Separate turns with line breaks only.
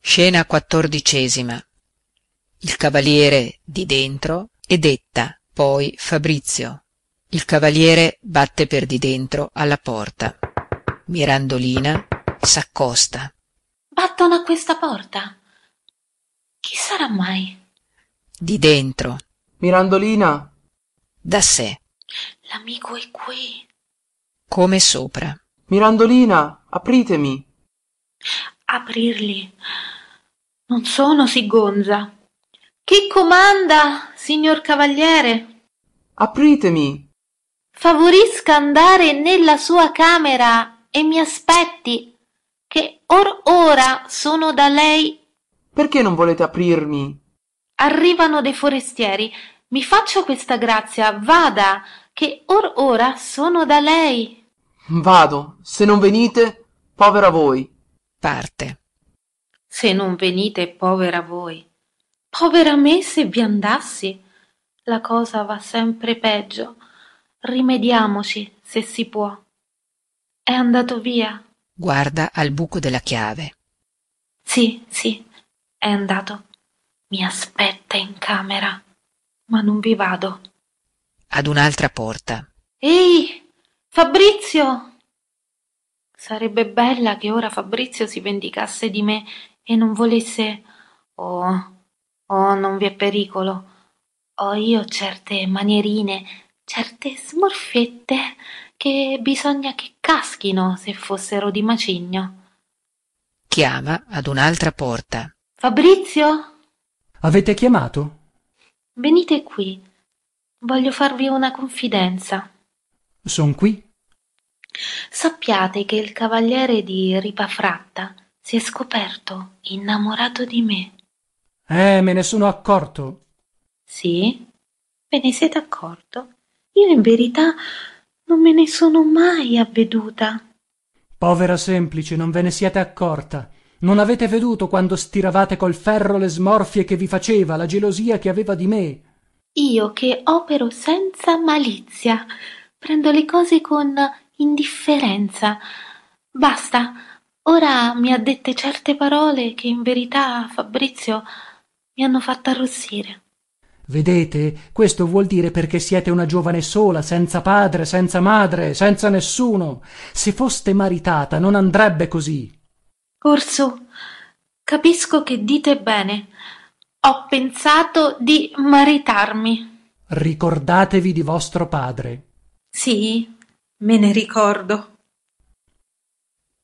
scena quattordicesima il cavaliere di dentro e detta poi fabrizio il cavaliere batte per di dentro alla porta mirandolina s'accosta
battono a questa porta chi sarà mai
di dentro
mirandolina
da sé
l'amico è qui
come sopra
mirandolina apritemi
aprirli non sono si gonza chi comanda signor cavaliere
apritemi
favorisca andare nella sua camera e mi aspetti che or ora sono da lei
perché non volete aprirmi
arrivano dei forestieri mi faccia questa grazia vada che or ora sono da lei
vado se non venite povera voi
parte
se non venite povera voi povera me se vi andassi la cosa va sempre peggio rimediamoci se si può è andato via
guarda al buco della chiave
sì sì è andato mi aspetta in camera ma non vi vado
ad un'altra porta
ehi fabrizio Sarebbe bella che ora Fabrizio si vendicasse di me e non volesse. Oh, oh, non vi è pericolo. Ho io certe manierine, certe smorfette che bisogna che caschino se fossero di macigno.
Chiama ad un'altra porta.
Fabrizio?
Avete chiamato?
Venite qui. Voglio farvi una confidenza.
Son qui.
Sappiate che il cavaliere di Ripafratta si è scoperto innamorato di me.
Eh, me ne sono accorto.
Sì? Ve ne siete accorto? Io in verità non me ne sono mai avveduta.
Povera semplice, non ve ne siete accorta. Non avete veduto quando stiravate col ferro le smorfie che vi faceva, la gelosia che aveva di me.
Io che opero senza malizia, prendo le cose con indifferenza. Basta. Ora mi ha dette certe parole che in verità, Fabrizio, mi hanno fatta arrossire.
Vedete, questo vuol dire perché siete una giovane sola, senza padre, senza madre, senza nessuno. Se foste maritata non andrebbe così.
Orso, capisco che dite bene. Ho pensato di maritarmi.
Ricordatevi di vostro padre.
Sì, me ne ricordo.